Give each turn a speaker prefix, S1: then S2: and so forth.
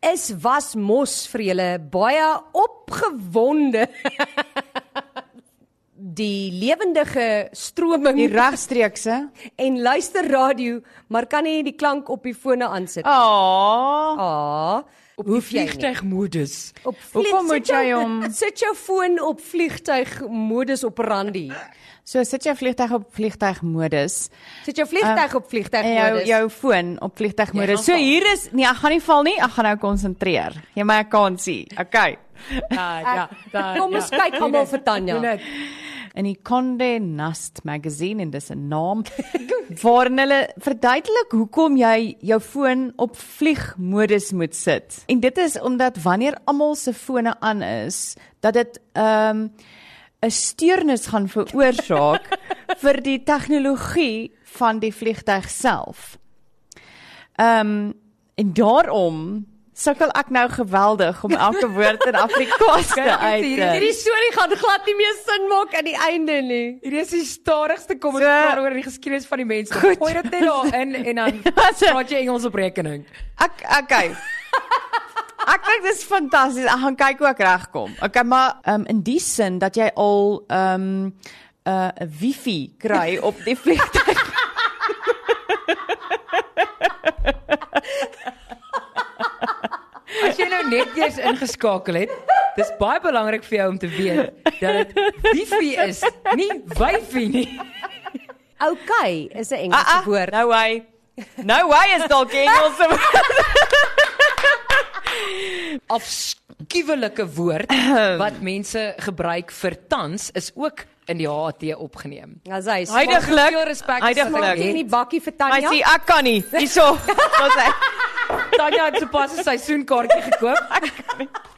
S1: is was mos vir julle baie opgewonde. die lewendige stroming
S2: Die regstreekse.
S1: en luister radio, maar kan nie die klank op die fone aansit.
S2: Aa,
S1: Ah,
S2: Ah, op die
S1: hoef jy nie.
S2: vliegtuigmodus.
S1: Op
S2: Hoekom moet
S1: sit jou-
S2: jy hom
S1: sit jou foon op vliegtyg modus operandi.
S2: So sit jou vliegtyg op vliegtygmodus
S1: Sit jou vliegtyg op vliegtyg
S2: Ah. en jou
S1: modus.
S2: jou foon op vliegtygmodus.
S1: Jy gaan
S2: So
S1: val.
S2: hier is nee, ek gaan nie val nie, ek gaan nou konsentreer. Jy my kansie. Okay.
S1: ja, da, Kom ons kyk almal vir
S2: Nee,
S1: Tanya.
S2: In die Condé Nast magazine en dis 'n naam waarin hulle verduidelik hoekom jy jou foon op vliegmodus moet sit. En dit is omdat wanneer almal se fone aan is, dat dit ehm 'n steurnis gaan veroorsaak vir die tegnologie van die vliegtyg self. Ehm um, en daarom sukkel ek nou geweldig om elke woord in Afrikaans te uit.
S3: eh.
S1: Hierdie storie gaan glad nie meer sin maak aan die einde nie.
S3: Hierdie is die stadigste kommentaar
S2: So-
S3: oor die geskiedenis van die mensdom.
S2: Goed.
S3: Gooi dit net daarin en dan
S1: Ja,
S3: praat jy Engels op rekening.
S2: Ek okay. Ek dink dis fantasties. Ek gaan kyk hoe ek regkom. Okay, maar um, in die sin dat jy al ehm um, 'n uh, wifi kry op die vliegtuig.
S3: As jy nou net eers ingeskakel het, dis baie belangrik vir jou om te weet dat dit wifi is, nie wifi nie.
S1: Okay, is 'n Engelse ah, ah, woord.
S2: no way. No way nou is dalk Engels.
S3: Afskuwelike woord wat mense gebruik vir tans is ook in die HAT opgeneem.
S1: As hy smaak-
S2: Heidiglik.
S3: Veel respek is
S2: Heidiglik.
S1: smaak nie in die bakkie vir
S2: Hy
S1: Tanya.
S2: sê ek kan nie. Hierso. Dis hy.
S3: Tanya het sopas 'n seisoenkaartjie gekoop.